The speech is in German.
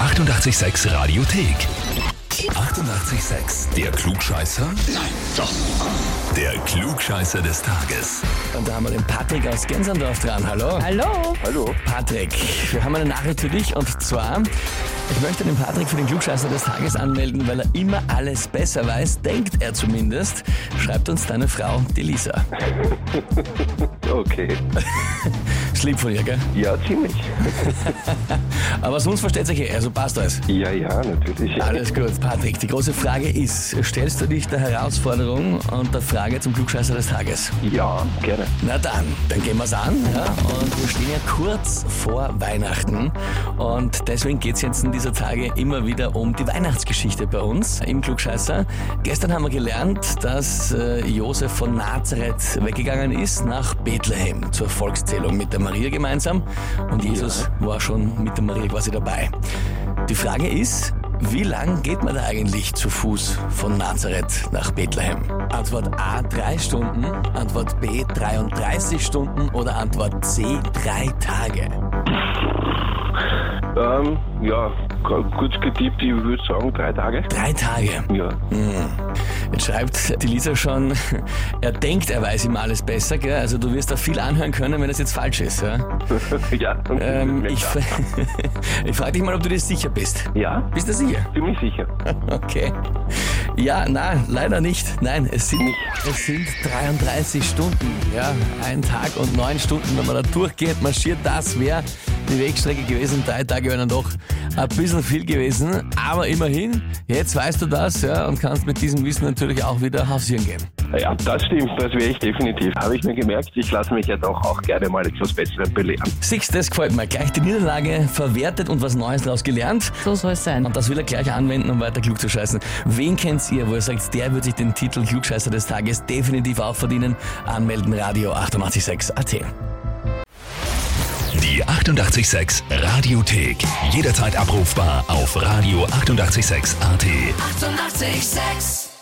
886 Radiothek. 88,6. Der Klugscheißer? Nein, doch. Der Klugscheißer des Tages. Und da haben wir den Patrick aus Gensendorf dran. Hallo. Hallo. Hallo, Patrick, wir haben eine Nachricht für dich und zwar, ich möchte den Patrick für den Klugscheißer des Tages anmelden, weil er immer alles besser weiß, denkt er zumindest, schreibt uns deine Frau, die Lisa. okay. Ist lieb von ihr, gell? Ja, ziemlich. Aber sonst versteht sich eh, also passt alles. Ja, ja, natürlich. Alles gut, Patrick. Die große Frage ist, stellst du dich der Herausforderung und der Frage zum Klugscheißer des Tages? Ja, gerne. Na dann, dann gehen wir's an. Ja? Und wir stehen ja kurz vor Weihnachten. Und deswegen geht's jetzt in dieser Tage immer wieder um die Weihnachtsgeschichte bei uns im Klugscheißer. Gestern haben wir gelernt, dass äh, Josef von Nazareth weggegangen ist nach Bethlehem zur Volkszählung mit der Maria gemeinsam. Und Jesus war schon mit der Maria quasi dabei. Die Frage ist, wie lang geht man da eigentlich zu Fuß von Nazareth nach Bethlehem? Antwort A 3 Stunden, Antwort B 33 Stunden oder Antwort C 3 Tage? Ähm, ja, k- kurz getippt, ich würde sagen drei Tage. Drei Tage. Ja, Jetzt schreibt die Lisa schon, er denkt, er weiß immer alles besser. Gell? Also du wirst da viel anhören können, wenn das jetzt falsch ist. Ja? ja. Ähm, ich fra- ich frage dich mal, ob du dir sicher bist. ja, Bist du sicher? ziemlich sicher. Okay. Ja, na, leider nicht. Nein, es sind, Nicht. es sind 33 Stunden. Ja, ein Tag und neun Stunden, wenn man da durchgehend marschiert, das wäre die Wegstrecke gewesen. Drei Tage wären dann doch ein bisschen viel gewesen. Aber immerhin, jetzt weißt du das ja, und kannst mit diesem Wissen natürlich auch wieder hausieren gehen. Ja, das stimmt, das wäre ich definitiv. Habe ich mir gemerkt, ich lasse mich ja doch auch gerne mal etwas Besseres belehren. Six, das gefällt mir. Gleich die Niederlage verwertet und was Neues daraus gelernt. So soll es sein. Und das will er gleich anwenden, um weiter klug zu scheißen. Wen kennt ihr, wo ihr sagt, der wird sich den Titel Klugscheißer des Tages definitiv auch verdienen? Anmelden Radio 886 AT. Die 88,6 Radiothek. Jederzeit abrufbar auf radio886.at. 88,6. Eighty-eight, sex.